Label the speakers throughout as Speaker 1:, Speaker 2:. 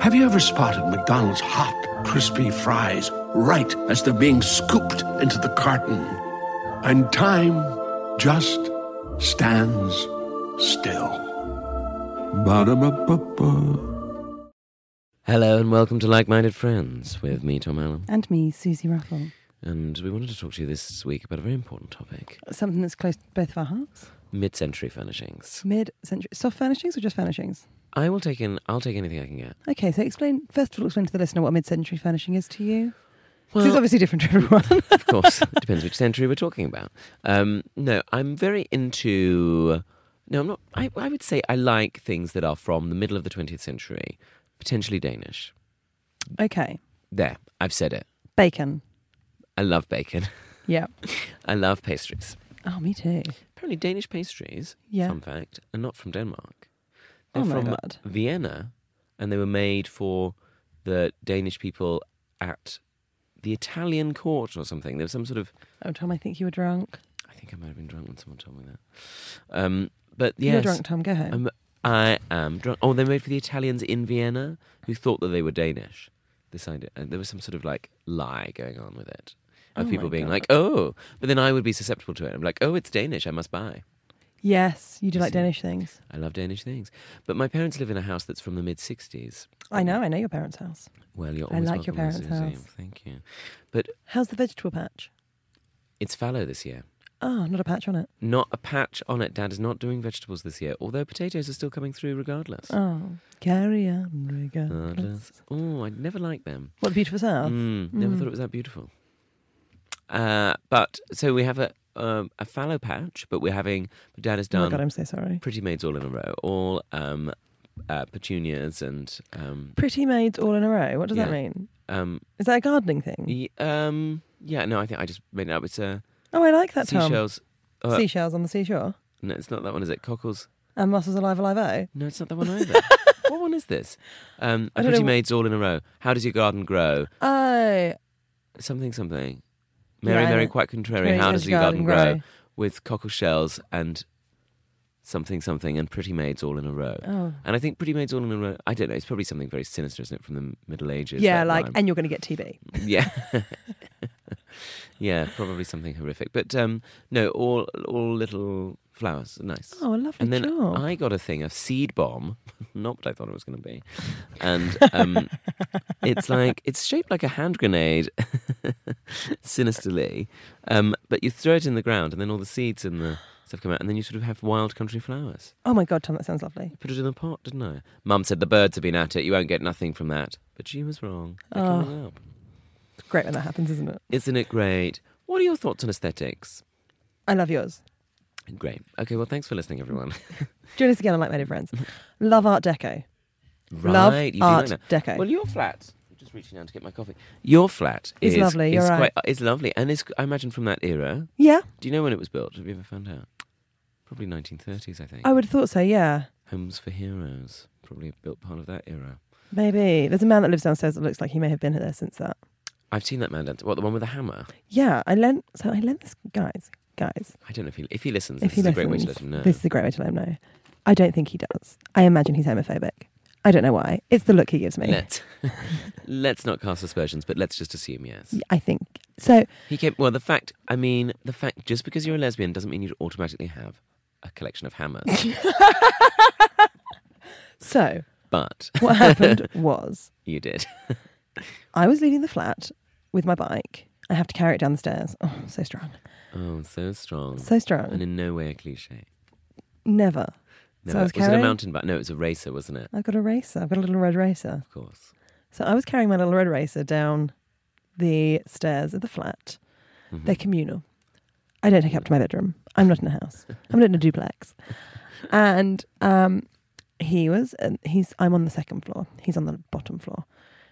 Speaker 1: Have you ever spotted McDonald's hot, crispy fries right as they're being scooped into the carton? And time just stands still. Ba-da-ba-ba-ba.
Speaker 2: Hello and welcome to Like Minded Friends with me, Tom Allen.
Speaker 3: And me, Susie Ruffle.
Speaker 2: And we wanted to talk to you this week about a very important topic
Speaker 3: Something that's close to both of our hearts.
Speaker 2: mid century furnishings.
Speaker 3: Mid century soft furnishings or just furnishings?
Speaker 2: I will take in, I'll take anything I can get.
Speaker 3: Okay, so explain first of all explain to the listener what a mid century furnishing is to you. 'Cause it's
Speaker 2: Well,
Speaker 3: obviously different to everyone.
Speaker 2: of course, it depends which century we're talking about. Um, no, I'm very into. No, I'm not. I, I would say I like things that are from the middle of the 20th century, potentially Danish.
Speaker 3: okay.
Speaker 2: There, I've said it.
Speaker 3: Bacon.
Speaker 2: I love bacon.
Speaker 3: Yeah.
Speaker 2: I love pastries.
Speaker 3: Oh, me too.
Speaker 2: Apparently, Danish pastries,
Speaker 3: Yeah.
Speaker 2: fun fact, are not from Denmark. They're
Speaker 3: Oh my
Speaker 2: from
Speaker 3: God.
Speaker 2: Vienna, and they were made for the Danish people at the Italian court or something. There was some sort of.
Speaker 3: Oh, Tom, I think you were drunk.
Speaker 2: I think I might have been drunk when someone told me that. Um, but
Speaker 3: You were
Speaker 2: yes,
Speaker 3: drunk, Tom. Go home.
Speaker 2: I'm, I am drunk. Oh, they were made for the Italians in Vienna who thought that they were Danish. This idea, and there was some sort of like lie going on with it. Of
Speaker 3: Oh
Speaker 2: people
Speaker 3: my
Speaker 2: being
Speaker 3: God.
Speaker 2: like, oh, but then I would be susceptible to it. I'm like, oh, it's Danish. I must buy.
Speaker 3: yes, you do
Speaker 2: You
Speaker 3: like
Speaker 2: see.
Speaker 3: Danish things.
Speaker 2: I love Danish things. But my parents live in a house that's from the mid 60s.
Speaker 3: I know. I know your parents' house.
Speaker 2: Well, you're
Speaker 3: I
Speaker 2: always
Speaker 3: like your
Speaker 2: welcome,
Speaker 3: parents'
Speaker 2: Susie.
Speaker 3: house.
Speaker 2: Thank you. But
Speaker 3: How's the vegetable patch?
Speaker 2: it's fallow this year.
Speaker 3: Oh, not a patch on it.
Speaker 2: Not a patch on it. Dad is not doing vegetables this year, although potatoes are still coming through regardless.
Speaker 3: Oh, carry on, regardless.
Speaker 2: Regardless. Oh, I never liked them.
Speaker 3: What a beautiful south. Oh
Speaker 2: Mm, never thought it was that beautiful. Uh, but so we have a um, a fallow patch, but we're having Dad has
Speaker 3: Oh
Speaker 2: done
Speaker 3: my god, I'm so sorry.
Speaker 2: pretty maids all in a row, all um, uh, petunias and um,
Speaker 3: Pretty maids all in a row. What does that
Speaker 2: Yeah.
Speaker 3: mean?
Speaker 2: um,
Speaker 3: Is that a gardening thing?
Speaker 2: Y- um, yeah, no, I think I just made it up. It's uh,
Speaker 3: Oh, I like that, Tom.
Speaker 2: seashells. Uh,
Speaker 3: Seashells on the seashore.
Speaker 2: no, it's not that one, is it? Cockles.
Speaker 3: And mussels alive, alive, oh.
Speaker 2: No, it's not that one either. what one is this? Um,
Speaker 3: I
Speaker 2: a
Speaker 3: don't
Speaker 2: pretty
Speaker 3: know.
Speaker 2: maids all in a row. How does your garden grow?
Speaker 3: Oh,
Speaker 2: Something, something. Mary,
Speaker 3: Yeah, I
Speaker 2: Mary,
Speaker 3: know.
Speaker 2: quite contrary.
Speaker 3: Mary,
Speaker 2: How does your garden, grow? With cockle shells and something, something, and pretty maids all in a row.
Speaker 3: Oh.
Speaker 2: And I think pretty maids all in a row. I don't know. It's probably something very sinister, isn't it, from the Middle Ages?
Speaker 3: Yeah,
Speaker 2: that
Speaker 3: like,
Speaker 2: rhyme.
Speaker 3: and you're going to get TB.
Speaker 2: Yeah. yeah, probably something horrific. But um, no, all all little flowers, nice.
Speaker 3: Oh, a lovely
Speaker 2: and then
Speaker 3: job.
Speaker 2: I got a thing, a seed bomb, not what I thought it was going to be, and um, it's like it's shaped like a hand grenade, sinisterly. Um, but you throw it in the ground, and then all the seeds and the stuff come out, and then you sort of have wild country flowers.
Speaker 3: Oh my God, Tom, that sounds lovely.
Speaker 2: I put it in a pot, didn't I? Mum said the birds have been at it. You won't get nothing from that, but she was wrong. Look
Speaker 3: Oh.
Speaker 2: it up.
Speaker 3: It's great when that happens, isn't it?
Speaker 2: Isn't it great? What are your thoughts on aesthetics?
Speaker 3: I love yours.
Speaker 2: Great. Okay, well, thanks for listening, everyone.
Speaker 3: Join us again on Like Minded Friends.
Speaker 2: Mm-hmm.
Speaker 3: Love Art Deco. Love
Speaker 2: you do
Speaker 3: Art
Speaker 2: like that.
Speaker 3: Deco.
Speaker 2: Well, your flat. I'm just reaching down to get my coffee. Your flat
Speaker 3: It's
Speaker 2: is
Speaker 3: lovely,
Speaker 2: Is
Speaker 3: you're right.
Speaker 2: It's lovely, and it's I imagine from that era.
Speaker 3: Yeah,
Speaker 2: Do you know when it was built? Have you ever found out? Probably 1930s, I think.
Speaker 3: I would have thought so, yeah.
Speaker 2: Homes for Heroes probably built part of that era.
Speaker 3: Maybe. There's a man that lives downstairs that looks like he may have been there since that.
Speaker 2: I've seen that man dance. What the one with the hammer?
Speaker 3: Yeah, I lent, so I lent this, guys, guys,
Speaker 2: I don't know if he if he listens. this
Speaker 3: if he
Speaker 2: is
Speaker 3: listens,
Speaker 2: a great way to let him know.
Speaker 3: this is a great way to let him know. I don't think he does. I imagine he's homophobic. I don't know why. It's the look he gives me.
Speaker 2: Let's let's not cast aspersions, but let's just assume yes.
Speaker 3: I think. So,
Speaker 2: He came. Well, the fact. I mean, the fact. Just because you're a lesbian doesn't mean you automatically have a collection of hammers.
Speaker 3: so
Speaker 2: but
Speaker 3: what happened was
Speaker 2: you did.
Speaker 3: I was leaving the flat with my bike. I have to carry it down the stairs. Oh, so strong.
Speaker 2: Oh, so strong.
Speaker 3: So strong.
Speaker 2: and in no way a cliche.
Speaker 3: Never.
Speaker 2: No,
Speaker 3: so I was
Speaker 2: was, it a
Speaker 3: carrying.
Speaker 2: mountain bike? No, it was a racer, wasn't it?
Speaker 3: I've got a racer. I've got a little red racer.
Speaker 2: Of course.
Speaker 3: So I was carrying my little red racer down the stairs of the flat. They're communal. I don't take it up to my bedroom. I'm not in a house. I'm not in a duplex. And um, he was. And he's. I'm on the second floor. He's on the bottom floor,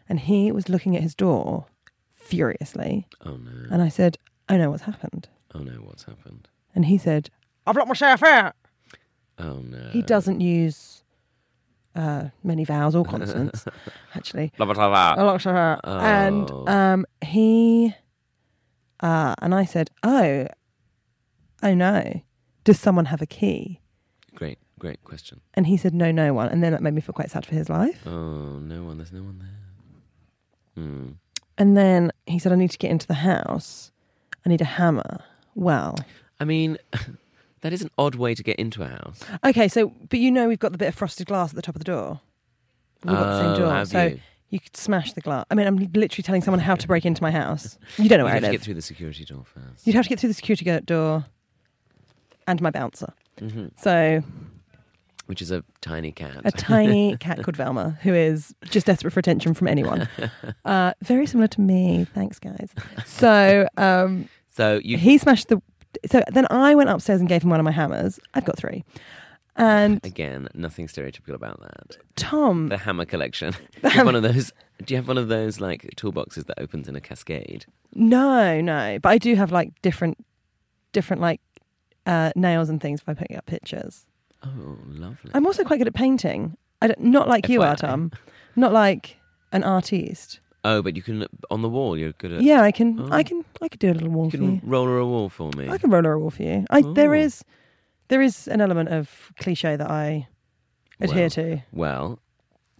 Speaker 3: and he was looking at his door furiously.
Speaker 2: Oh no.
Speaker 3: And I said, "I know what's happened."
Speaker 2: Oh no, what's happened?
Speaker 3: And he said, "I've locked myself out."
Speaker 2: Oh no.
Speaker 3: He doesn't use uh, many vowels or consonants, actually.
Speaker 2: Blah, blah, blah,
Speaker 3: I
Speaker 2: blah.
Speaker 3: locked her out. And
Speaker 2: Oh.
Speaker 3: um, he, uh, and I said, oh, oh no, does someone have a key?
Speaker 2: Great, great question.
Speaker 3: And he said, no, no one. And then that made me feel quite sad for his life.
Speaker 2: Oh, no one. There's no one there. Hmm.
Speaker 3: And then he said, I need to get into the house. I need a hammer. Well,
Speaker 2: I mean, that is an odd way to get into a house.
Speaker 3: okay, so, but you know, we've got the bit of frosted glass at the top of the door. We've got the
Speaker 2: Oh,
Speaker 3: same door.
Speaker 2: have
Speaker 3: so
Speaker 2: you?
Speaker 3: could smash the glass. I mean, I'm literally telling someone how to break into my house. You don't know
Speaker 2: You
Speaker 3: where I
Speaker 2: have to
Speaker 3: live.
Speaker 2: get through the security door first.
Speaker 3: You'd have to get through the security go- door and my bouncer.
Speaker 2: Mm-hmm.
Speaker 3: So
Speaker 2: which is a tiny cat.
Speaker 3: a tiny cat called Velma who is just desperate for attention from anyone. Uh, very similar to me. Thanks, guys. So um,
Speaker 2: so you
Speaker 3: he smashed the. So then I went upstairs and gave him one of my hammers. I've got three. And
Speaker 2: again, nothing stereotypical about that.
Speaker 3: Tom,
Speaker 2: The hammer collection. You have
Speaker 3: Um,
Speaker 2: one of those. Do you have one of those like toolboxes that opens in a cascade?
Speaker 3: no, no, but I do have like different, different like uh, nails and things by putting up pictures.
Speaker 2: Oh, lovely.
Speaker 3: I'm also quite good at painting. I don't, not like you are,
Speaker 2: FYI.
Speaker 3: Tom. Not like an artiste.
Speaker 2: oh, but you can on the wall. You're good at.
Speaker 3: Yeah, I can.
Speaker 2: Oh.
Speaker 3: I can. I could do a little wall
Speaker 2: You
Speaker 3: for
Speaker 2: can
Speaker 3: you.
Speaker 2: roller a wall for me.
Speaker 3: I can roller a wall for you. I, there
Speaker 2: Ooh.
Speaker 3: is, there is an element of cliche that I adhere
Speaker 2: Well,
Speaker 3: to.
Speaker 2: Well,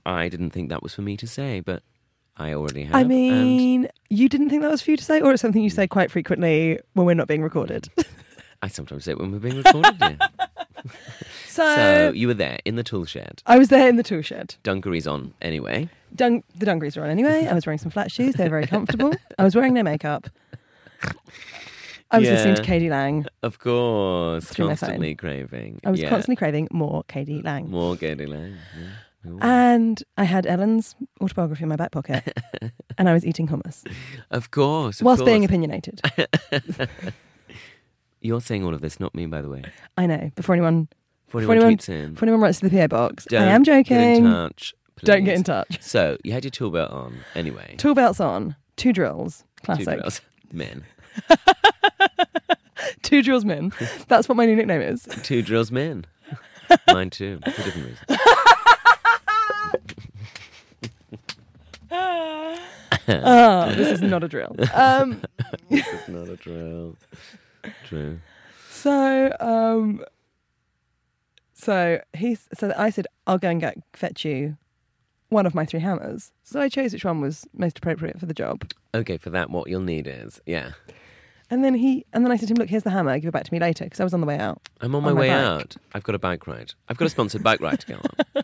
Speaker 2: I didn't think that was for me to say, but I already have.
Speaker 3: I
Speaker 2: and-
Speaker 3: mean, you didn't think that was for you to say, or it's something you say quite frequently when we're not being recorded.
Speaker 2: I sometimes say it when we're being recorded. yeah.
Speaker 3: so,
Speaker 2: So you were there in the tool shed.
Speaker 3: I was there in the tool shed.
Speaker 2: Dungarees on anyway.
Speaker 3: Dung- the dungarees were on anyway. I was wearing some flat shoes. They were very comfortable. I was wearing no makeup. I was listening to
Speaker 2: Yeah.
Speaker 3: Katie Lang.
Speaker 2: Of course,
Speaker 3: Through my phone.
Speaker 2: constantly craving.
Speaker 3: I was
Speaker 2: yeah. Uh,
Speaker 3: constantly craving more Katie Lang.
Speaker 2: more Gertie Lang. Yeah.
Speaker 3: Uh, And I had Ellen's autobiography in my back pocket, and I was eating hummus.
Speaker 2: Of course. Of
Speaker 3: whilst
Speaker 2: course.
Speaker 3: being opinionated.
Speaker 2: You're saying all of this, not me, by the way.
Speaker 3: I know. Before anyone,
Speaker 2: Before
Speaker 3: before
Speaker 2: anyone,
Speaker 3: anyone,
Speaker 2: tweets in,
Speaker 3: before anyone writes to the PO box,
Speaker 2: don't
Speaker 3: I am joking.
Speaker 2: Get in touch,
Speaker 3: Don't get
Speaker 2: please.
Speaker 3: in touch.
Speaker 2: So you had your tool belt on anyway.
Speaker 3: Tool belts on. Two drills.
Speaker 2: Two
Speaker 3: Classic.
Speaker 2: drills. men.
Speaker 3: Two drills, men. That's what my new nickname is.
Speaker 2: Two drills, men. Mine too, for different reasons.
Speaker 3: Oh, this is not a drill. Um,
Speaker 2: It's not a drill. True.
Speaker 3: so, um, so he. s- So I said, I'll go and get fetch you one of my three hammers. So I chose which one was most appropriate for the job.
Speaker 2: Okay, for that, what you'll need is yeah.
Speaker 3: And then he, and then I said to him, "Look, here's the hammer. Give it back to me later," because I was on the way out.
Speaker 2: I'm on my,
Speaker 3: On my
Speaker 2: way
Speaker 3: bike.
Speaker 2: out. I've got a bike ride. I've got a sponsored bike ride to go on.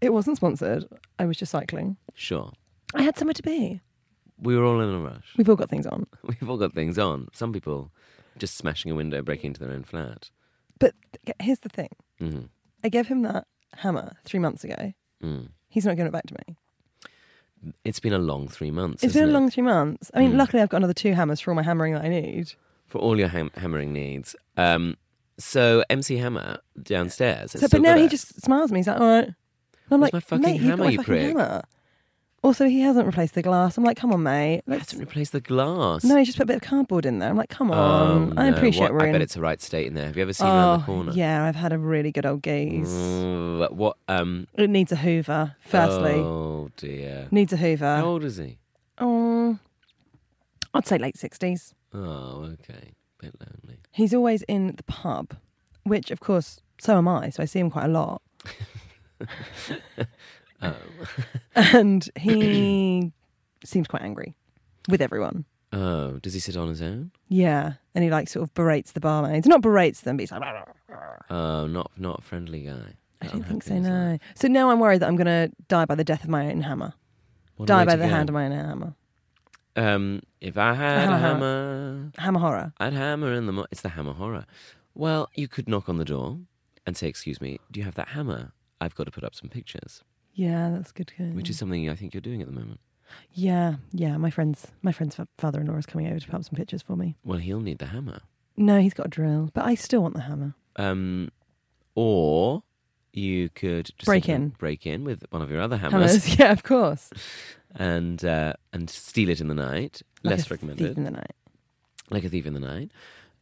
Speaker 3: It wasn't sponsored. I was just cycling.
Speaker 2: Sure.
Speaker 3: I had somewhere to be.
Speaker 2: We were all in a rush.
Speaker 3: We've all got things on.
Speaker 2: We've all got things on. Some people just smashing a window, breaking into their own flat.
Speaker 3: But th- here's the thing
Speaker 2: hmm
Speaker 3: I gave him that hammer three months ago.
Speaker 2: Mm.
Speaker 3: He's not giving it back to me.
Speaker 2: It's Mm. been a long three months.
Speaker 3: it's been
Speaker 2: isn't
Speaker 3: a
Speaker 2: it?
Speaker 3: long three months. I mean, luckily, I've got another two hammers for all my hammering that I need.
Speaker 2: for all your ham- hammering needs. Um, so MC Hammer downstairs. has
Speaker 3: So,
Speaker 2: still
Speaker 3: but now
Speaker 2: got
Speaker 3: he
Speaker 2: it.
Speaker 3: just smiles at me. He's like, all right. And I'm
Speaker 2: Where's
Speaker 3: like,
Speaker 2: my fucking
Speaker 3: mate, you've
Speaker 2: hammer,
Speaker 3: got my
Speaker 2: you
Speaker 3: fucking
Speaker 2: prick?"
Speaker 3: hammer. Also, he hasn't replaced the glass. I'm like, come on, mate.
Speaker 2: He
Speaker 3: Let's...
Speaker 2: hasn't replaced the glass.
Speaker 3: No, he just put a bit of cardboard in there. I'm like, come
Speaker 2: Oh,
Speaker 3: on. I
Speaker 2: no.
Speaker 3: appreciate
Speaker 2: What-
Speaker 3: we're in.
Speaker 2: I bet it's the right state in there. Have you ever seen around
Speaker 3: oh,
Speaker 2: the corner?
Speaker 3: yeah, I've had a really good old gaze.
Speaker 2: Mm, what? Um.
Speaker 3: It needs a hoover, firstly.
Speaker 2: Oh dear.
Speaker 3: Needs a hoover.
Speaker 2: How old is he?
Speaker 3: Oh, I'd say late 60s.
Speaker 2: Oh, okay. Bit lonely.
Speaker 3: He's always in the pub, which, of course, so am I. So I see him quite a lot.
Speaker 2: Oh.
Speaker 3: and he seems quite angry with everyone.
Speaker 2: Oh, does he sit on his own?
Speaker 3: Yeah. And he like sort of berates the barmaids. Not berates them, but he's like, "Rah, rah, rah."
Speaker 2: Oh, not not a friendly guy. Oh,
Speaker 3: I
Speaker 2: That
Speaker 3: don't think so.
Speaker 2: unhappiness,
Speaker 3: No. So now I'm worried that I'm going to die by the death of my own hammer.
Speaker 2: What a
Speaker 3: die
Speaker 2: way
Speaker 3: by
Speaker 2: to
Speaker 3: the
Speaker 2: go.
Speaker 3: hand of my own hammer.
Speaker 2: Um, if I had
Speaker 3: Hammer,
Speaker 2: a
Speaker 3: hammer.
Speaker 2: hammer,
Speaker 3: Hammer horror.
Speaker 2: I'd hammer in the. Mo- it's the hammer horror. Well, you could knock on the door and say, "Excuse me, do you have that hammer? I've got to put up some pictures,"
Speaker 3: Yeah, that's good. good.
Speaker 2: which is something I think you're doing at the moment.
Speaker 3: yeah, yeah. My friend's my friend's fa- father-in-law is coming over to put up some pictures for me.
Speaker 2: Well, he'll need the hammer.
Speaker 3: No, he's got a drill, but I still want the hammer.
Speaker 2: Um, or you could just
Speaker 3: Break
Speaker 2: simply
Speaker 3: in.
Speaker 2: break in with one of your other hammers,
Speaker 3: Hammers, yeah, of course.
Speaker 2: and uh, and steal it in the night.
Speaker 3: Like a
Speaker 2: Less
Speaker 3: thief
Speaker 2: recommended,
Speaker 3: in the night.
Speaker 2: like a thief in the night.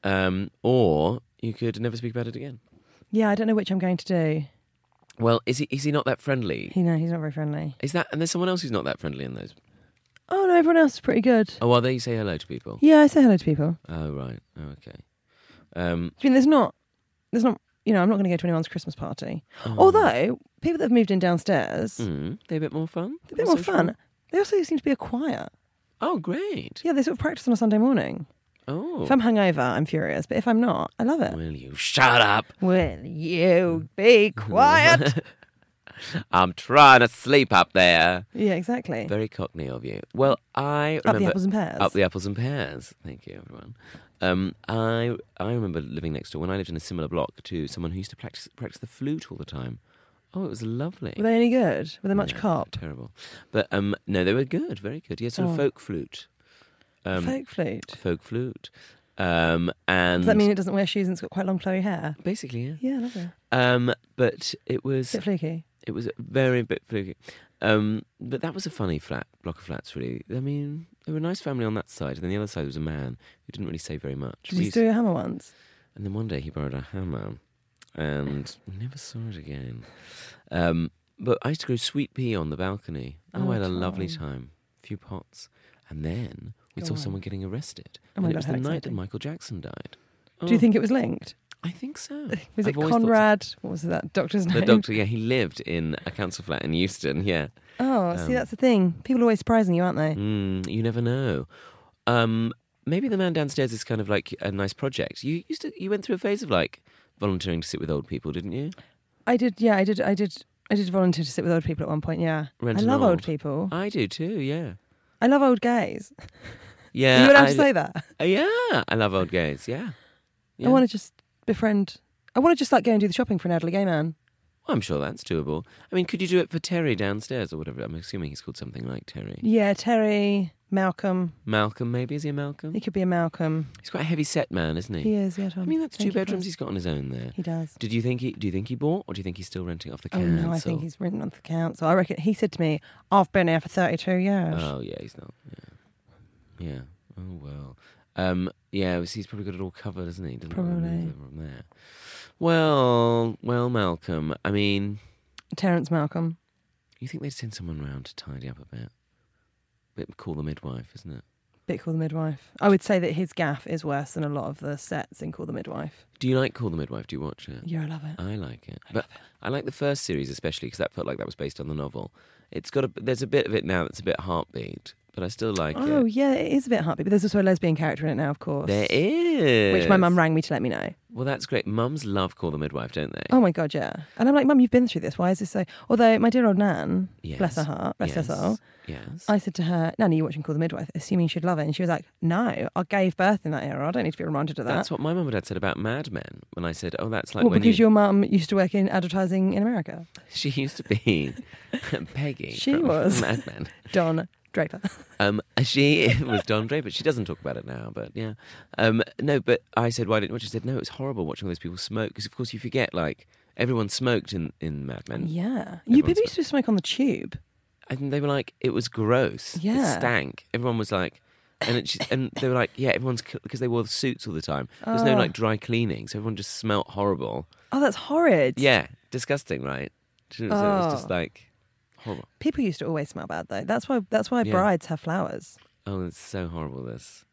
Speaker 2: Um, or you could never speak about it again.
Speaker 3: Yeah, I don't know which I'm going to do.
Speaker 2: Well, is he is he not that friendly?
Speaker 3: He no, he's not very friendly.
Speaker 2: Is that and there's someone else who's not that friendly in those?
Speaker 3: Oh no, everyone else is pretty good.
Speaker 2: Oh, well, there you say hello to people.
Speaker 3: Yeah, I say hello to people.
Speaker 2: Oh, right. Oh, okay. Um,
Speaker 3: I mean, there's not, there's not. You know, I'm not going to go to anyone's Christmas party. Although people that have moved in downstairs,
Speaker 2: Oh. mm, they're a bit more fun.
Speaker 3: they're a bit more fun. They also seem to be a choir.
Speaker 2: Oh, great.
Speaker 3: Yeah, they sort of practice on a Sunday morning.
Speaker 2: Oh,
Speaker 3: If I'm hungover, I'm furious, but if I'm not, I love it.
Speaker 2: will you shut up?
Speaker 3: Will
Speaker 2: Mm.
Speaker 3: you be quiet?
Speaker 2: I'm trying to sleep up there.
Speaker 3: yeah, exactly.
Speaker 2: Very cockney of you. Well, I
Speaker 3: Up
Speaker 2: remember
Speaker 3: the apples and pears.
Speaker 2: up the apples and pears. Thank you, everyone. Um, I I remember living next door when I lived in a similar block to someone who used to practice practice the flute all the time. Oh, it was lovely.
Speaker 3: Were they any good? Were they much
Speaker 2: No,
Speaker 3: cop?
Speaker 2: Terrible. But um, no, they were good, very good. Yeah, sort
Speaker 3: Oh.
Speaker 2: of folk flute. Um,
Speaker 3: Folk flute.
Speaker 2: folk flute. Um, and
Speaker 3: Does that mean it doesn't wear shoes and it's got quite long flowy hair?
Speaker 2: basically, yeah.
Speaker 3: Yeah, lovely.
Speaker 2: Um, but it
Speaker 3: A
Speaker 2: was
Speaker 3: bit fluky.
Speaker 2: it was a very bit fluky. Um, but that was a funny flat block of flats, really. I mean, there were a nice family on that side, and then the other side was a man who didn't really say very much.
Speaker 3: Did
Speaker 2: We
Speaker 3: you
Speaker 2: used-
Speaker 3: do your hammer once?
Speaker 2: and then one day he borrowed a hammer, and we never saw it again. Um, but I used to grow sweet pea on the balcony. Oh,
Speaker 3: Oh,
Speaker 2: I had a lovely
Speaker 3: Tom.
Speaker 2: time. A few pots, and then we
Speaker 3: Go
Speaker 2: saw
Speaker 3: on.
Speaker 2: someone getting arrested.
Speaker 3: Oh
Speaker 2: and
Speaker 3: my God,
Speaker 2: it was
Speaker 3: how
Speaker 2: the night that
Speaker 3: exciting.
Speaker 2: Michael Jackson died.
Speaker 3: Do you
Speaker 2: Oh.
Speaker 3: think it was linked?
Speaker 2: I think so.
Speaker 3: Was it
Speaker 2: I've always thought so.
Speaker 3: Conrad? What was that doctor's name?
Speaker 2: The doctor, yeah, he lived in a council flat in Euston, yeah.
Speaker 3: Oh, see,
Speaker 2: um,
Speaker 3: that's the thing. People are always surprising you, aren't they?
Speaker 2: Mm, you never know. Um, maybe the man downstairs is kind of like a nice project. You used to, you went through a phase of like volunteering to sit with old people, didn't you?
Speaker 3: I did. Yeah, I did. I did. I did volunteer to sit with old people at one point. Yeah,
Speaker 2: Rent
Speaker 3: I
Speaker 2: an
Speaker 3: love old
Speaker 2: old.
Speaker 3: people.
Speaker 2: I do too, yeah.
Speaker 3: I love old gays.
Speaker 2: Yeah.
Speaker 3: are you allowed
Speaker 2: I-
Speaker 3: to say that?
Speaker 2: Uh, yeah, I love old gays, yeah. yeah.
Speaker 3: I want to just befriend. I want to just like go and do the shopping for an elderly gay man.
Speaker 2: Well, I'm sure that's doable. I mean, could you do it for Terry downstairs or whatever? I'm assuming he's called something like Terry.
Speaker 3: Yeah, Terry, Malcolm.
Speaker 2: Malcolm, maybe? Is he a Malcolm?
Speaker 3: He could be a Malcolm.
Speaker 2: He's quite a heavy set man, isn't he?
Speaker 3: He is. Yeah, Tom.
Speaker 2: I mean, that's
Speaker 3: Thank
Speaker 2: two
Speaker 3: you for
Speaker 2: bedrooms
Speaker 3: asking.
Speaker 2: he's got on his own there.
Speaker 3: He does.
Speaker 2: Did you think he? Do you think he bought, or do you think he's still renting off the
Speaker 3: Oh
Speaker 2: council?
Speaker 3: no, I think he's written on the council. I reckon he said to me, "I've been here for thirty-two years."
Speaker 2: Oh yeah, he's not. Yeah. Yeah. Oh well. Um. Yeah. well, see, He's probably got it all covered, isn't he? Doesn't really
Speaker 3: Probably.
Speaker 2: move it From there. Well, well, Malcolm. I mean,
Speaker 3: Terence Malcolm.
Speaker 2: you think they'd send someone round to tidy up a bit? Bit call the midwife, isn't it?
Speaker 3: Bit Call the Midwife. I would say that his gaff is worse than a lot of the sets in Call the Midwife.
Speaker 2: Do you like Call the Midwife? Do you watch it?
Speaker 3: Yeah, I love it.
Speaker 2: I like it, but I like the first series especially because that felt like that was based on the novel. It's got a there's a bit of it now that's a bit heartbeat, but I still like
Speaker 3: Oh,
Speaker 2: it.
Speaker 3: yeah, it is a bit heartbeat, but there's also a lesbian character in it now, of course.
Speaker 2: There is,
Speaker 3: Which my mum rang me to let me know.
Speaker 2: Well, that's great. Mums love Call the Midwife, don't they?
Speaker 3: Oh my God, yeah. And I'm like, Mum, you've been through this. Why is this so? Although my dear old Nan,
Speaker 2: Yes.
Speaker 3: bless her heart, bless her
Speaker 2: Yes.
Speaker 3: soul,
Speaker 2: Yes.
Speaker 3: I said to her, Nan, are you watching Call the Midwife? Assuming she'd love it. And she was like, No, I gave birth in that era. I don't need to be reminded of that.
Speaker 2: That's what my mum and dad said about Mad Men when I said, "Oh, that's like
Speaker 3: well,
Speaker 2: when
Speaker 3: because
Speaker 2: you."
Speaker 3: your mum used to work in advertising in America.
Speaker 2: She used to be Peggy.
Speaker 3: She
Speaker 2: from
Speaker 3: was.
Speaker 2: Mad Men.
Speaker 3: Don Draper.
Speaker 2: Um, she was Don Draper. She doesn't talk about it now, but yeah. Um, no, but I said, "Why didn't?" you?" She said, "No, it's horrible watching all those people smoke because, of course, you forget like everyone smoked in in Mad Men.
Speaker 3: yeah. You
Speaker 2: Everyone's
Speaker 3: people used to smoke on the tube.
Speaker 2: I think they were like, it was gross.
Speaker 3: Yeah.
Speaker 2: It stank. Everyone was like, and it, just- and they were like, yeah, everyone's because they wore suits all the time. There's no
Speaker 3: Oh.
Speaker 2: like dry cleaning, so everyone just smelt horrible.
Speaker 3: Oh, that's horrid.
Speaker 2: Yeah, disgusting, right? So it was
Speaker 3: Oh.
Speaker 2: just like horrible.
Speaker 3: People used to always smell bad though. That's why that's why
Speaker 2: Yeah.
Speaker 3: brides have flowers.
Speaker 2: Oh, it's so horrible. This.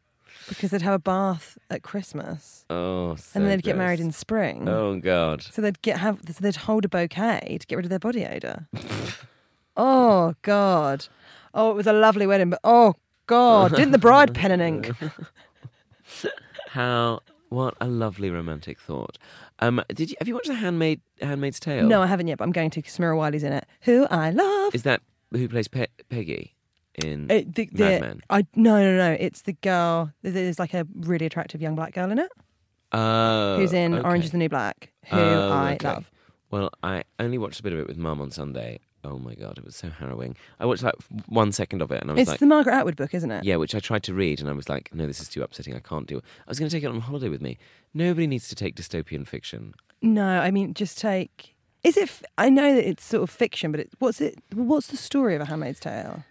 Speaker 3: Because they'd have a bath at Christmas
Speaker 2: Oh, so
Speaker 3: and then they'd get
Speaker 2: gross.
Speaker 3: married in spring.
Speaker 2: Oh God.
Speaker 3: So they'd get have so they'd hold a bouquet to get rid of their body odor. oh god. Oh, it was a lovely wedding, but oh god, didn't the bride pen and ink?
Speaker 2: How What a lovely romantic thought. Um, did you have you watched The Handmaid Handmaid's Tale?
Speaker 3: No, I haven't yet, but I'm going to. 'cause Samira Wiley's in it, who I love.
Speaker 2: Is that who plays Pe- Peggy in
Speaker 3: Uh, the, the,
Speaker 2: Mad Men?
Speaker 3: I no no no. It's the girl. There's like a really attractive young black girl in it
Speaker 2: Oh,
Speaker 3: who's in
Speaker 2: okay.
Speaker 3: Orange Is the New Black, who
Speaker 2: Oh,
Speaker 3: I
Speaker 2: okay.
Speaker 3: love.
Speaker 2: Well, I only watched a bit of it with Mum on Sunday. Oh my god, it was so harrowing. I watched like one second of it, and I was
Speaker 3: It's
Speaker 2: like,
Speaker 3: the Margaret Atwood book, isn't it?
Speaker 2: yeah, which I tried to read, and I was like, no, this is too upsetting. I can't do it. I was going to take it on holiday with me. Nobody needs to take dystopian fiction.
Speaker 3: No, I mean just take. Is it? f- I know that it's sort of fiction, but it, what's it? What's the story of A Handmaid's Tale?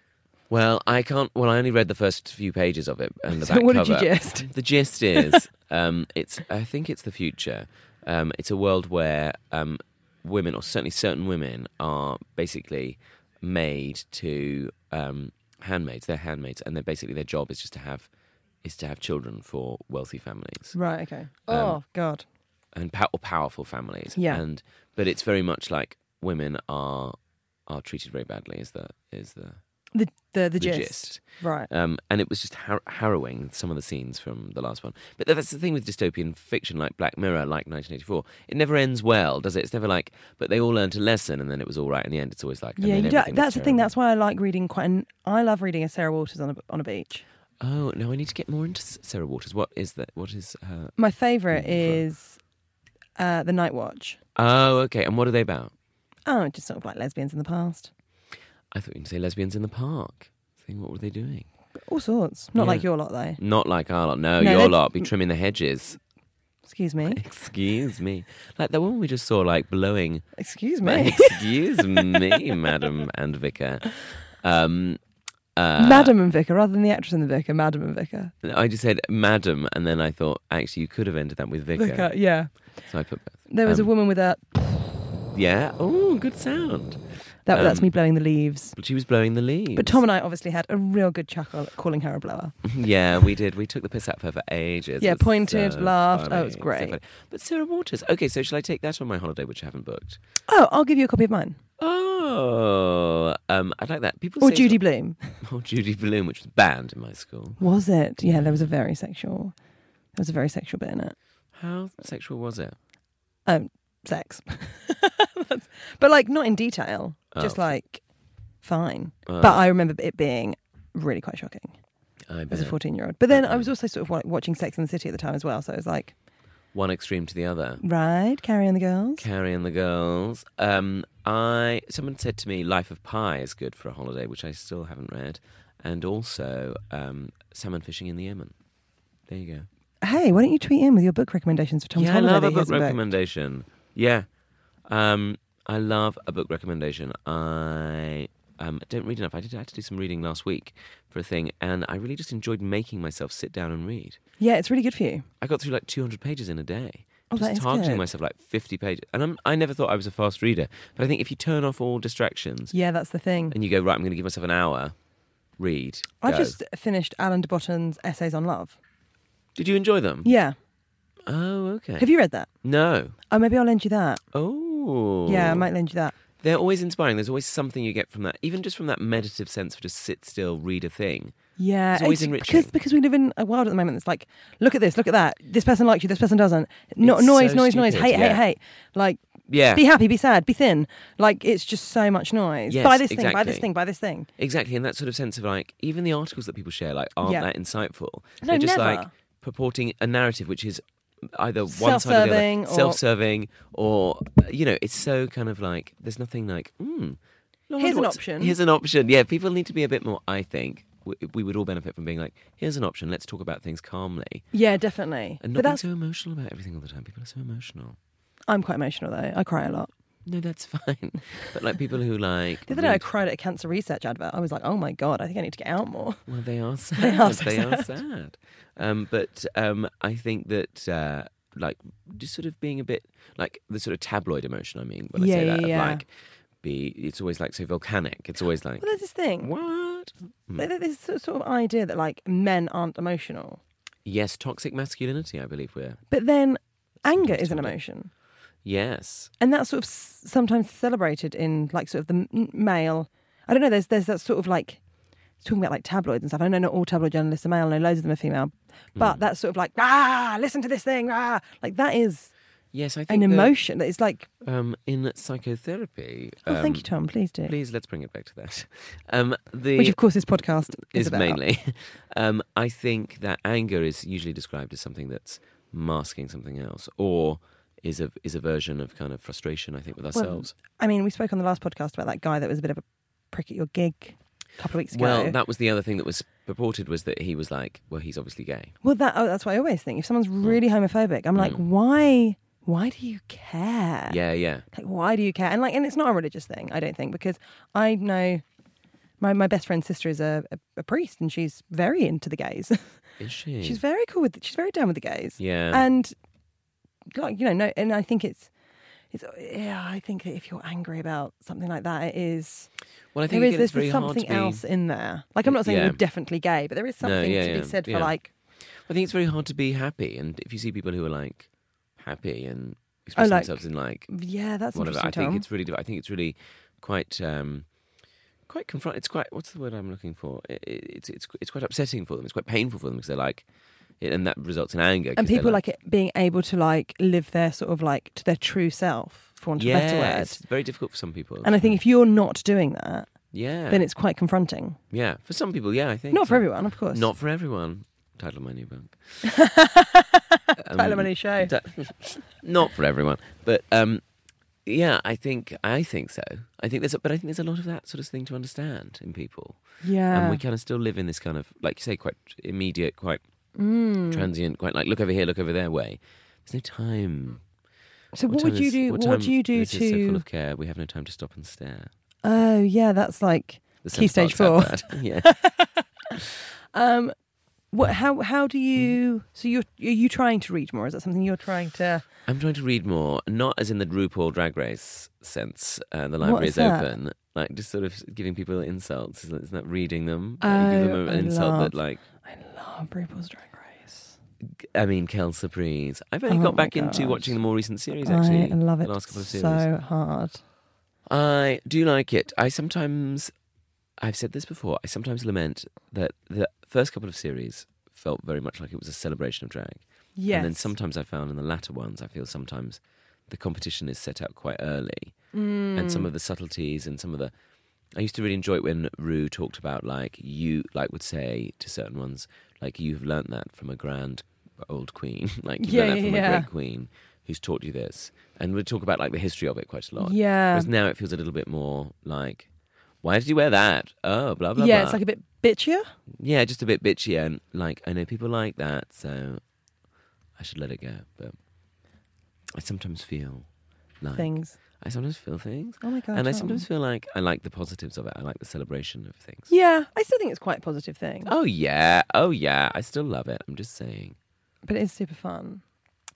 Speaker 2: Well, I can't. Well, I only read the first few pages of it and the
Speaker 3: So
Speaker 2: back
Speaker 3: what did you
Speaker 2: cover.
Speaker 3: gist?
Speaker 2: The gist is, um, it's. I think it's the future. Um, it's a world where um, women, or certainly certain women, are basically made to um, handmaids. They're handmaids, and they're basically their job is just to have is to have children for wealthy families
Speaker 3: Right. Okay.
Speaker 2: Um,
Speaker 3: oh God.
Speaker 2: and pow- or powerful families.
Speaker 3: Yeah.
Speaker 2: And but it's very much like women are are treated very badly. Is the is the
Speaker 3: The the the,
Speaker 2: the
Speaker 3: gist.
Speaker 2: gist.
Speaker 3: Right.
Speaker 2: Um, and it was just har- harrowing, some of the scenes from the last one. But that's the thing with dystopian fiction, like Black Mirror, like 1984. It never ends well, does it? It's never like, but they all learned a lesson and then it was all right in the end. It's always like, and
Speaker 3: yeah.
Speaker 2: then
Speaker 3: You don't,
Speaker 2: everything was
Speaker 3: that's the thing.
Speaker 2: terrible.
Speaker 3: That's why I like reading quite. An, I love reading a Sarah Waters on a on a beach.
Speaker 2: Oh, no, I need to get more into S- Sarah Waters. What is that? What is her.
Speaker 3: My
Speaker 2: Mm,
Speaker 3: favorite is uh, the Night Watch.
Speaker 2: Oh, okay. And what are they about?
Speaker 3: Oh, just sort of like lesbians in the past.
Speaker 2: I thought you were going to say lesbians in the park. Think, what were they doing?
Speaker 3: All sorts. Not
Speaker 2: Yeah.
Speaker 3: like your lot, though.
Speaker 2: Not like our lot. No,
Speaker 3: No,
Speaker 2: your
Speaker 3: they'd-
Speaker 2: lot be trimming the hedges.
Speaker 3: Excuse me.
Speaker 2: Excuse me. Like the one we just saw, like blowing
Speaker 3: Excuse
Speaker 2: Well,
Speaker 3: me.
Speaker 2: Excuse me, madam and vicar. Um, uh,
Speaker 3: Madam and Vicar, rather than the actress and the Vicar, Madam and Vicar.
Speaker 2: I just said madam, and then I thought actually you could have ended that with vicar.
Speaker 3: Vicar, yeah.
Speaker 2: So I put both.
Speaker 3: There was
Speaker 2: Um,
Speaker 3: a woman with a.
Speaker 2: Yeah. Oh, good sound.
Speaker 3: That, that's
Speaker 2: um,
Speaker 3: me blowing the leaves.
Speaker 2: But she was blowing the leaves. Oh.
Speaker 3: But Tom and I obviously had a real good chuckle at calling her a blower.
Speaker 2: yeah, we did. We took the piss out of her for ages.
Speaker 3: Yeah,
Speaker 2: It was
Speaker 3: pointed,
Speaker 2: so
Speaker 3: laughed. Oh, it
Speaker 2: funny,
Speaker 3: was
Speaker 2: so
Speaker 3: great.
Speaker 2: funny. but Sarah Waters. Okay, so shall I take that on my holiday, which I haven't booked?
Speaker 3: Oh, I'll give you a copy of mine.
Speaker 2: Oh, um, I'd like that. People
Speaker 3: Or
Speaker 2: say
Speaker 3: Judy Bloom.
Speaker 2: or Judy Bloom, which was banned in my school.
Speaker 3: Was it? Yeah, there was a very sexual. There was a very sexual bit in it.
Speaker 2: How sexual was it?
Speaker 3: Um, sex. That's- but like not in detail. Just
Speaker 2: Oh.
Speaker 3: like fine.
Speaker 2: Oh.
Speaker 3: But I remember it being really quite shocking.
Speaker 2: I
Speaker 3: as a
Speaker 2: bet.
Speaker 3: 14 year old. But then I was also sort of wa- watching Sex and the City at the time as well. So I was like,
Speaker 2: One extreme to the other.
Speaker 3: right, Carrie and the girls.
Speaker 2: Carrie and the girls. Um, I someone said to me, "Life of Pi" is good for a holiday, which I still haven't read, and also um, salmon fishing in the Yemen. There you go.
Speaker 3: Hey, why don't you tweet in with your book recommendations for Tom's
Speaker 2: yeah, I
Speaker 3: holiday?
Speaker 2: love
Speaker 3: that
Speaker 2: a
Speaker 3: he
Speaker 2: book
Speaker 3: hasn't booked?
Speaker 2: recommendation. Yeah, um, I love a book recommendation. I um, don't read enough. I did I had to do some reading last week for a thing, and I really just enjoyed making myself sit down and read.
Speaker 3: Yeah, it's really good for you.
Speaker 2: I got through like 200 pages in a day.
Speaker 3: Oh,
Speaker 2: just
Speaker 3: that is
Speaker 2: targeting
Speaker 3: good.
Speaker 2: myself like 50 pages. And I'm, I never thought I was a fast reader. But I think if you turn off all distractions
Speaker 3: Yeah, that's the thing.
Speaker 2: and you go, right, I'm going to give myself an hour, read.
Speaker 3: I
Speaker 2: go.
Speaker 3: just finished Alan de Botton's Essays on Love.
Speaker 2: Did you enjoy them?
Speaker 3: Yeah.
Speaker 2: Oh, okay.
Speaker 3: Have you read that?
Speaker 2: No.
Speaker 3: Oh, maybe I'll lend you that.
Speaker 2: Oh.
Speaker 3: Yeah, I might lend you that.
Speaker 2: They're always inspiring. There's always something you get from that, even just from that meditative sense of just sit still, read a thing.
Speaker 3: Yeah,
Speaker 2: It's always
Speaker 3: because
Speaker 2: enriching.
Speaker 3: because we live in a world at the moment that's like, look at this, look at that. This person likes you, this person doesn't. No,
Speaker 2: It's
Speaker 3: noise,
Speaker 2: so
Speaker 3: noise, noise.
Speaker 2: stupid,
Speaker 3: Hate,
Speaker 2: yeah.
Speaker 3: hate, hate. Like,
Speaker 2: Yeah.
Speaker 3: be happy, be sad, be thin. Like, it's just so much noise.
Speaker 2: Yes,
Speaker 3: buy this thing, buy this
Speaker 2: exactly.
Speaker 3: thing, buy this thing.
Speaker 2: Exactly, and that sort of sense of like even the articles that people share like aren't
Speaker 3: Yeah.
Speaker 2: that insightful.
Speaker 3: No,
Speaker 2: They're just
Speaker 3: never.
Speaker 2: like purporting a narrative which is either one side or the
Speaker 3: Self-serving
Speaker 2: other,
Speaker 3: or-
Speaker 2: self-serving, or you know, it's so kind of like there's nothing like. Mm, no, I
Speaker 3: Here's
Speaker 2: wonder
Speaker 3: an
Speaker 2: what's-
Speaker 3: option."
Speaker 2: Here's an option. Yeah, people need to be a bit more. I think we, we would all benefit from being like, here's an option. Let's talk about things calmly
Speaker 3: Yeah, definitely.
Speaker 2: and not being
Speaker 3: but that's
Speaker 2: so emotional about everything all the time. People are so emotional.
Speaker 3: I'm quite emotional though. I cry a lot.
Speaker 2: No, that's fine. But like people who like
Speaker 3: The other day I
Speaker 2: read-
Speaker 3: cried at a cancer research advert. I was like, oh my god, I think I need to get out more.
Speaker 2: Well, they are sad.
Speaker 3: They are so sad.
Speaker 2: sad. Um, but um, I think that, uh, like, just sort of being a bit like the sort of tabloid emotion. I mean, when
Speaker 3: Yeah,
Speaker 2: I say that,
Speaker 3: yeah, yeah.
Speaker 2: of like, be it's always like so volcanic. It's always like
Speaker 3: Well, there's this thing.
Speaker 2: what?
Speaker 3: There- There's this sort sort of idea that like men aren't emotional,
Speaker 2: Yes, toxic masculinity. I believe we're
Speaker 3: but then anger is an emotion,
Speaker 2: yes.
Speaker 3: and that's sort of s- sometimes celebrated in like sort of the m- male. I don't know. There's there's that sort of like talking about like tabloids and stuff. I know not all tabloid journalists are male, I know loads of them are female,
Speaker 2: Hmm.
Speaker 3: but that's sort of like ah, listen to this thing, ah, like that is
Speaker 2: Yes, I
Speaker 3: an
Speaker 2: think that,
Speaker 3: emotion that is like.
Speaker 2: um, in psychotherapy.
Speaker 3: Oh,
Speaker 2: um,
Speaker 3: thank you, Tom. Please do.
Speaker 2: Please let's bring it back to that. Um, the
Speaker 3: Which, of course, this podcast is,
Speaker 2: is
Speaker 3: about.
Speaker 2: mainly. Um, I think that anger is usually described as something that's masking something else, or is a is a version of kind of frustration. I think with
Speaker 3: Well,
Speaker 2: ourselves.
Speaker 3: I mean, we spoke on the last podcast about that guy that was a bit of a prick at your gig a couple of weeks ago.
Speaker 2: Well, that was the other thing that was purported was that he was like, well, he's obviously gay.
Speaker 3: Well, that oh, that's what I always think. If someone's
Speaker 2: Hmm.
Speaker 3: really homophobic, I'm like, why? Why do you care?
Speaker 2: Yeah, yeah.
Speaker 3: Like, why do you care? And like, and it's not a religious thing, I don't think, because I know my, my best friend's sister is a, a, a priest, and she's very into the gays.
Speaker 2: Is she?
Speaker 3: she's very cool with. She's very down with the gays.
Speaker 2: yeah.
Speaker 3: And like you know, no, and I think it's. It's, yeah, I think that if you're angry about something like that, it is
Speaker 2: well, I think
Speaker 3: there is
Speaker 2: again,
Speaker 3: there's,
Speaker 2: it's very
Speaker 3: there's
Speaker 2: hard to
Speaker 3: something
Speaker 2: be-
Speaker 3: else in there. Like I'm not saying
Speaker 2: Yeah.
Speaker 3: you're definitely gay, but there is
Speaker 2: No,
Speaker 3: something
Speaker 2: yeah,
Speaker 3: to
Speaker 2: yeah,
Speaker 3: be said
Speaker 2: yeah.
Speaker 3: for like
Speaker 2: I think it's very hard to be happy, and if you see people who are like happy and express
Speaker 3: Oh, like,
Speaker 2: themselves in like
Speaker 3: Yeah, that's
Speaker 2: one of it,
Speaker 3: interesting.
Speaker 2: I
Speaker 3: Tom.
Speaker 2: think it's really, I think it's really quite, um, quite confront. It's quite. What's the word I'm looking for? I- I it's it's it's quite upsetting for them. It's quite painful for them because they're like, it, and that results in anger. 'cause
Speaker 3: and
Speaker 2: they're
Speaker 3: people like it being able to like live their sort of like to their true self, for want of
Speaker 2: yeah,
Speaker 3: a better word.
Speaker 2: it's very difficult for some people.
Speaker 3: And I think if you're not doing that,
Speaker 2: yeah,
Speaker 3: then it's quite confronting.
Speaker 2: yeah for some people. Yeah, I think
Speaker 3: Not for
Speaker 2: so.
Speaker 3: everyone, of course.
Speaker 2: Not for everyone. Title of my new book. um,
Speaker 3: Tyler Money Show.
Speaker 2: Ti- not for everyone, but um, yeah, I think I think so. I think there's, a, but I think there's a lot of that sort of thing to understand in people,
Speaker 3: yeah.
Speaker 2: and we kind of still live in this kind of, like you say, quite immediate, quite
Speaker 3: Mm.
Speaker 2: transient, quite like look over here, look over there way. There's no time.
Speaker 3: so what,
Speaker 2: time
Speaker 3: would you
Speaker 2: is-
Speaker 3: do? What,
Speaker 2: time-
Speaker 3: would you do
Speaker 2: this is so full
Speaker 3: to?
Speaker 2: of care. We have no time to stop and stare.
Speaker 3: Oh yeah, that's like
Speaker 2: The
Speaker 3: Key
Speaker 2: Centre
Speaker 3: stage
Speaker 2: Parks have that. yeah.
Speaker 3: um, what? How how do
Speaker 2: Hmm.
Speaker 3: you? So you're are you trying to read more? Is that something you're trying to?
Speaker 2: I'm trying to read more, not as in the RuPaul Drag Race sense. Uh, the library
Speaker 3: What's
Speaker 2: is
Speaker 3: that?
Speaker 2: open, like just sort of giving people insults. Isn't isn't that reading them? Like, you give
Speaker 3: Oh,
Speaker 2: them a-
Speaker 3: I
Speaker 2: an insult
Speaker 3: love-
Speaker 2: that, like,
Speaker 3: I love RuPaul's Drag Race.
Speaker 2: I mean, Kel Surprise. I've only
Speaker 3: Oh
Speaker 2: got
Speaker 3: my
Speaker 2: back into
Speaker 3: God.
Speaker 2: watching the more recent series. Actually,
Speaker 3: I love
Speaker 2: the
Speaker 3: it
Speaker 2: last couple of series.
Speaker 3: so hard.
Speaker 2: I do like it. I sometimes, I've said this before. I sometimes lament that the first couple of series felt very much like it was a celebration of drag.
Speaker 3: Yes.
Speaker 2: And then sometimes I found in the latter ones, I feel sometimes the competition is set out quite early. And
Speaker 3: Mm.
Speaker 2: some of the subtleties and some of the. I used to really enjoy it when Rue talked about, like, you, like, would say to certain ones, like, you've learnt that from a grand old queen. like, you've
Speaker 3: Yeah,
Speaker 2: learnt that
Speaker 3: yeah,
Speaker 2: from
Speaker 3: yeah.
Speaker 2: a great queen who's taught you this. And we'd talk about, like, the history of it quite a lot.
Speaker 3: Yeah.
Speaker 2: Whereas now it feels a little bit more like, why did you wear that? Oh, blah, blah,
Speaker 3: yeah,
Speaker 2: blah.
Speaker 3: it's like a bit bitchier.
Speaker 2: Yeah, just a bit bitchy and like I know people like that, so I should let it go. But I sometimes feel like
Speaker 3: Things.
Speaker 2: I sometimes feel things,
Speaker 3: Oh my god.
Speaker 2: and I
Speaker 3: Tom.
Speaker 2: sometimes feel like I like the positives of it. I like the celebration of things.
Speaker 3: Yeah, I still think it's quite a positive thing,
Speaker 2: Oh yeah, oh yeah, I still love it. I'm just saying,
Speaker 3: but it is super fun.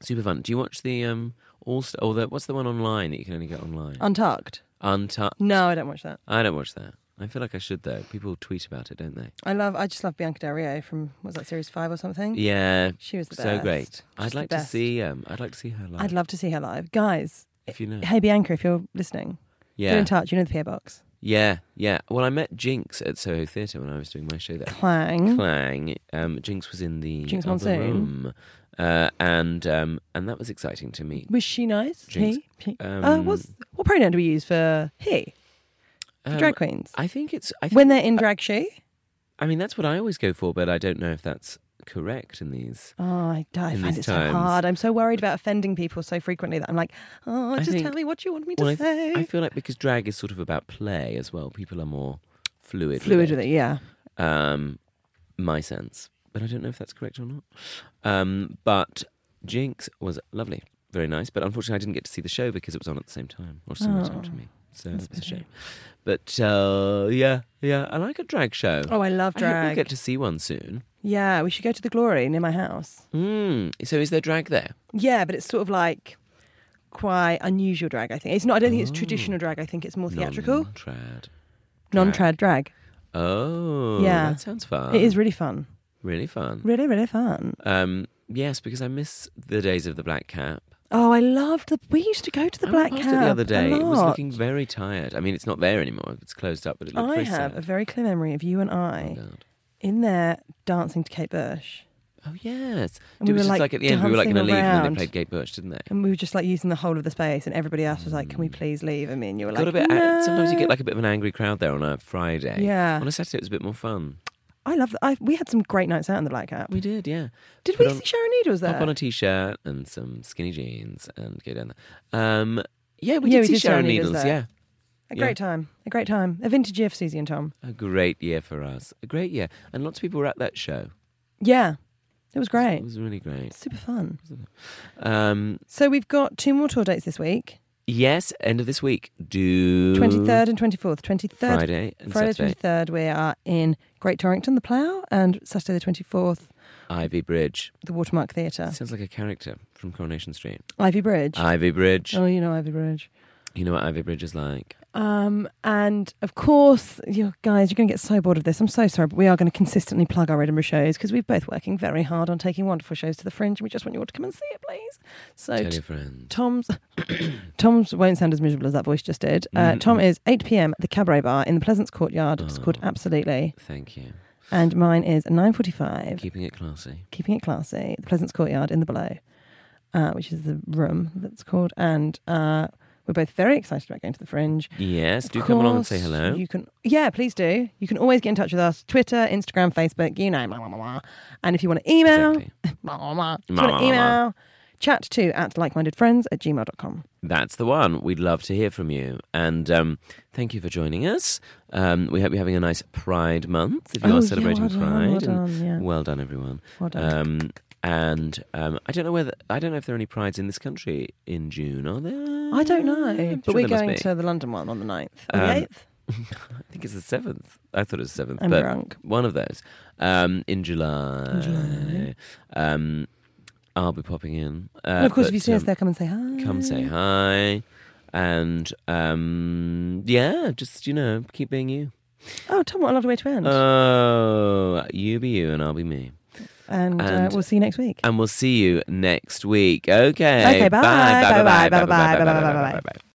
Speaker 2: super fun. Do you watch the um all star? Oh, the, what's the one online that you can only get online?
Speaker 3: Untucked?
Speaker 2: Untucked.
Speaker 3: No, I don't watch that.
Speaker 2: I don't watch that. I feel like I should though. People tweet about it, don't they?
Speaker 3: I love. I just love Bianca Del Rio from was that series five or something.
Speaker 2: Yeah,
Speaker 3: She was the
Speaker 2: so
Speaker 3: best.
Speaker 2: great.
Speaker 3: She's
Speaker 2: I'd
Speaker 3: the
Speaker 2: like to
Speaker 3: best.
Speaker 2: see um, I'd like to see her live.
Speaker 3: I'd love to see her live, guys.
Speaker 2: if you know.
Speaker 3: Hey Bianca, if you're listening,
Speaker 2: Yeah.
Speaker 3: get in touch. You know the PO box.
Speaker 2: Yeah, yeah. Well, I met Jinx at Soho Theatre when I was doing my show there.
Speaker 3: Clang.
Speaker 2: Clang. Um, Jinx was in the
Speaker 3: Jinx
Speaker 2: other
Speaker 3: Monsoon.
Speaker 2: room, uh, and um, and that was exciting to meet.
Speaker 3: Was she nice?
Speaker 2: Jinx.
Speaker 3: He. he. uh,
Speaker 2: Um,
Speaker 3: what's, what pronoun do we use for he? For
Speaker 2: Um,
Speaker 3: drag queens.
Speaker 2: I think it's. I think,
Speaker 3: when they're in drag, she.
Speaker 2: I mean, that's what I always go for, but I don't know if that's correct in these.
Speaker 3: Oh, I, I
Speaker 2: in
Speaker 3: find
Speaker 2: these
Speaker 3: it so
Speaker 2: times.
Speaker 3: hard. I'm so worried about offending people so frequently that I'm like, oh,
Speaker 2: I
Speaker 3: just
Speaker 2: think-
Speaker 3: tell me what you want me to
Speaker 2: Well, I,
Speaker 3: say.
Speaker 2: I feel like because drag is sort of about play as well, people are more fluid.
Speaker 3: Fluid
Speaker 2: with
Speaker 3: with it, yeah.
Speaker 2: it. Um, my sense, but I don't know if that's correct or not. Um, but Jinx was lovely, very nice. But unfortunately, I didn't get to see the show because it was on at the same time or similar time to me. So
Speaker 3: Oh, that's
Speaker 2: it's a shame. But uh, yeah, yeah, I like a drag show.
Speaker 3: Oh, I love
Speaker 2: I hope
Speaker 3: drag.
Speaker 2: we get to see one soon.
Speaker 3: yeah, we should go to the Glory near my house.
Speaker 2: Mm. So is there drag there?
Speaker 3: Yeah, but it's sort of like quite unusual drag. I think it's not. I don't think
Speaker 2: Oh.
Speaker 3: it's traditional drag. I think it's more theatrical,
Speaker 2: Trad.
Speaker 3: non-trad drag.
Speaker 2: Oh,
Speaker 3: Yeah.
Speaker 2: that sounds fun.
Speaker 3: it is really fun.
Speaker 2: mm. really fun.
Speaker 3: Really, really fun.
Speaker 2: Um, yes, because I miss the days of the Black Cap.
Speaker 3: Oh, I loved the. We used to go to the
Speaker 2: I
Speaker 3: Black
Speaker 2: passed
Speaker 3: Cab
Speaker 2: it the other day.
Speaker 3: A
Speaker 2: It was
Speaker 3: lot.
Speaker 2: looking very tired. I mean, it's not there anymore. It's closed up, but it looked
Speaker 3: I
Speaker 2: very
Speaker 3: have a
Speaker 2: sad.
Speaker 3: very clear memory of you and
Speaker 2: Oh,
Speaker 3: I
Speaker 2: God.
Speaker 3: in there dancing to Kate Bush,
Speaker 2: Oh, yes.
Speaker 3: And
Speaker 2: it
Speaker 3: we
Speaker 2: was
Speaker 3: were,
Speaker 2: just
Speaker 3: like,
Speaker 2: like, at the end, we were like
Speaker 3: dancing
Speaker 2: going to leave, and then
Speaker 3: around.
Speaker 2: they played Gate Birch, didn't they?
Speaker 3: and we were just like using the whole of the space, and everybody else was like, "Can we please leave?" I mean, you were
Speaker 2: Mm. Got
Speaker 3: like,
Speaker 2: a bit.
Speaker 3: no.
Speaker 2: Sometimes you get like a bit of an angry crowd there on a Friday.
Speaker 3: Yeah.
Speaker 2: On a Saturday, it was a bit more fun.
Speaker 3: I love that. I, we had some great nights out in the Black Hat.
Speaker 2: We did, yeah.
Speaker 3: Did
Speaker 2: Put
Speaker 3: we
Speaker 2: on-
Speaker 3: see Sharon Needles there?
Speaker 2: Pop on a t-shirt and some skinny jeans and go down there. Um, yeah, we
Speaker 3: Yeah,
Speaker 2: did
Speaker 3: we
Speaker 2: see
Speaker 3: did
Speaker 2: Sharon
Speaker 3: Sharon Needles
Speaker 2: Needles. Yeah,
Speaker 3: there. a great
Speaker 2: yeah.
Speaker 3: time. A great time. A vintage year for Susie and Tom.
Speaker 2: a great year for us. A great year, and lots of people were at that show.
Speaker 3: Yeah, it was great.
Speaker 2: It was really great.
Speaker 3: Super fun.
Speaker 2: Um,
Speaker 3: So we've got two more tour dates this week:
Speaker 2: yes, end of this week. Do
Speaker 3: twenty third and twenty fourth. Twenty third
Speaker 2: Friday and
Speaker 3: Friday the
Speaker 2: Saturday.
Speaker 3: 23rd, we are in Great Torrington, the Plough, and Saturday the 24th,
Speaker 2: Ivy Bridge.
Speaker 3: the Watermark Theatre.
Speaker 2: Sounds like a character from Coronation Street.
Speaker 3: Ivy Bridge.
Speaker 2: Ivy Bridge.
Speaker 3: Oh, you know Ivy Bridge.
Speaker 2: You know what Ivy Bridge is like.
Speaker 3: Um, and of course, you guys, you're going to get so bored of this. I'm so sorry, but we are going to consistently plug our Edinburgh shows because we're both working very hard on taking wonderful shows to the Fringe, and we just want you all to come and see it, please. So,
Speaker 2: Tell
Speaker 3: t-
Speaker 2: your friends.
Speaker 3: Tom's Tom's won't sound as miserable as that voice just did. Uh, Tom is 8 p.m. at the Cabaret Bar in the Pleasance Courtyard. It's called
Speaker 2: Oh.
Speaker 3: Absolutely,
Speaker 2: Thank you.
Speaker 3: and mine is 9:45.
Speaker 2: Keeping it classy.
Speaker 3: keeping it classy, the Pleasance Courtyard in the Below, uh, which is the room that's called. And uh, we're both very excited about going to the Fringe.
Speaker 2: Yes,
Speaker 3: Of
Speaker 2: do come along and say
Speaker 3: course,
Speaker 2: hello.
Speaker 3: You can, yeah, please do. You can always get in touch with us: Twitter, Instagram, Facebook, you know. Blah, blah, blah, blah. And if you want to email,
Speaker 2: Exactly.
Speaker 3: blah, blah, blah. If you
Speaker 2: Blah, blah,
Speaker 3: want to
Speaker 2: blah, blah.
Speaker 3: email, chat to at likemindedfriends at gmail.com.
Speaker 2: That's the one. We'd love to hear from you. And um, thank you for joining us. Um, we hope you're having a nice Pride month. If you
Speaker 3: Oh, yeah,
Speaker 2: are celebrating
Speaker 3: well done,
Speaker 2: Pride,
Speaker 3: well
Speaker 2: and
Speaker 3: done, yeah.
Speaker 2: well done, everyone.
Speaker 3: Well done.
Speaker 2: Um, and um, I don't know whether I don't know if there are any prides in this country in June. Are there?
Speaker 3: I don't know,
Speaker 2: I'm
Speaker 3: but
Speaker 2: sure
Speaker 3: we're
Speaker 2: there must
Speaker 3: going
Speaker 2: be.
Speaker 3: to the London one on the 9th. Or
Speaker 2: Um,
Speaker 3: the 8th?
Speaker 2: I think it's the seventh. I thought it was seventh.
Speaker 3: I'm
Speaker 2: but
Speaker 3: drunk.
Speaker 2: One of those um, in July. Um, I'll be popping in. Uh,
Speaker 3: and of course, if
Speaker 2: but,
Speaker 3: you see us
Speaker 2: um,
Speaker 3: there, come and say hi.
Speaker 2: come say hi and um yeah just you know keep being you
Speaker 3: Oh, Tom, what a lovely way to
Speaker 2: Uh,
Speaker 3: end.
Speaker 2: oh you be you and i'll be me
Speaker 3: and uh,
Speaker 2: and-
Speaker 3: we'll see you next week.
Speaker 2: and we'll see you next week okay
Speaker 3: Okay, bye.
Speaker 2: bye bye bye bye bye bye bye bye bye bye, bye, bye, bye, bye, bye, bye.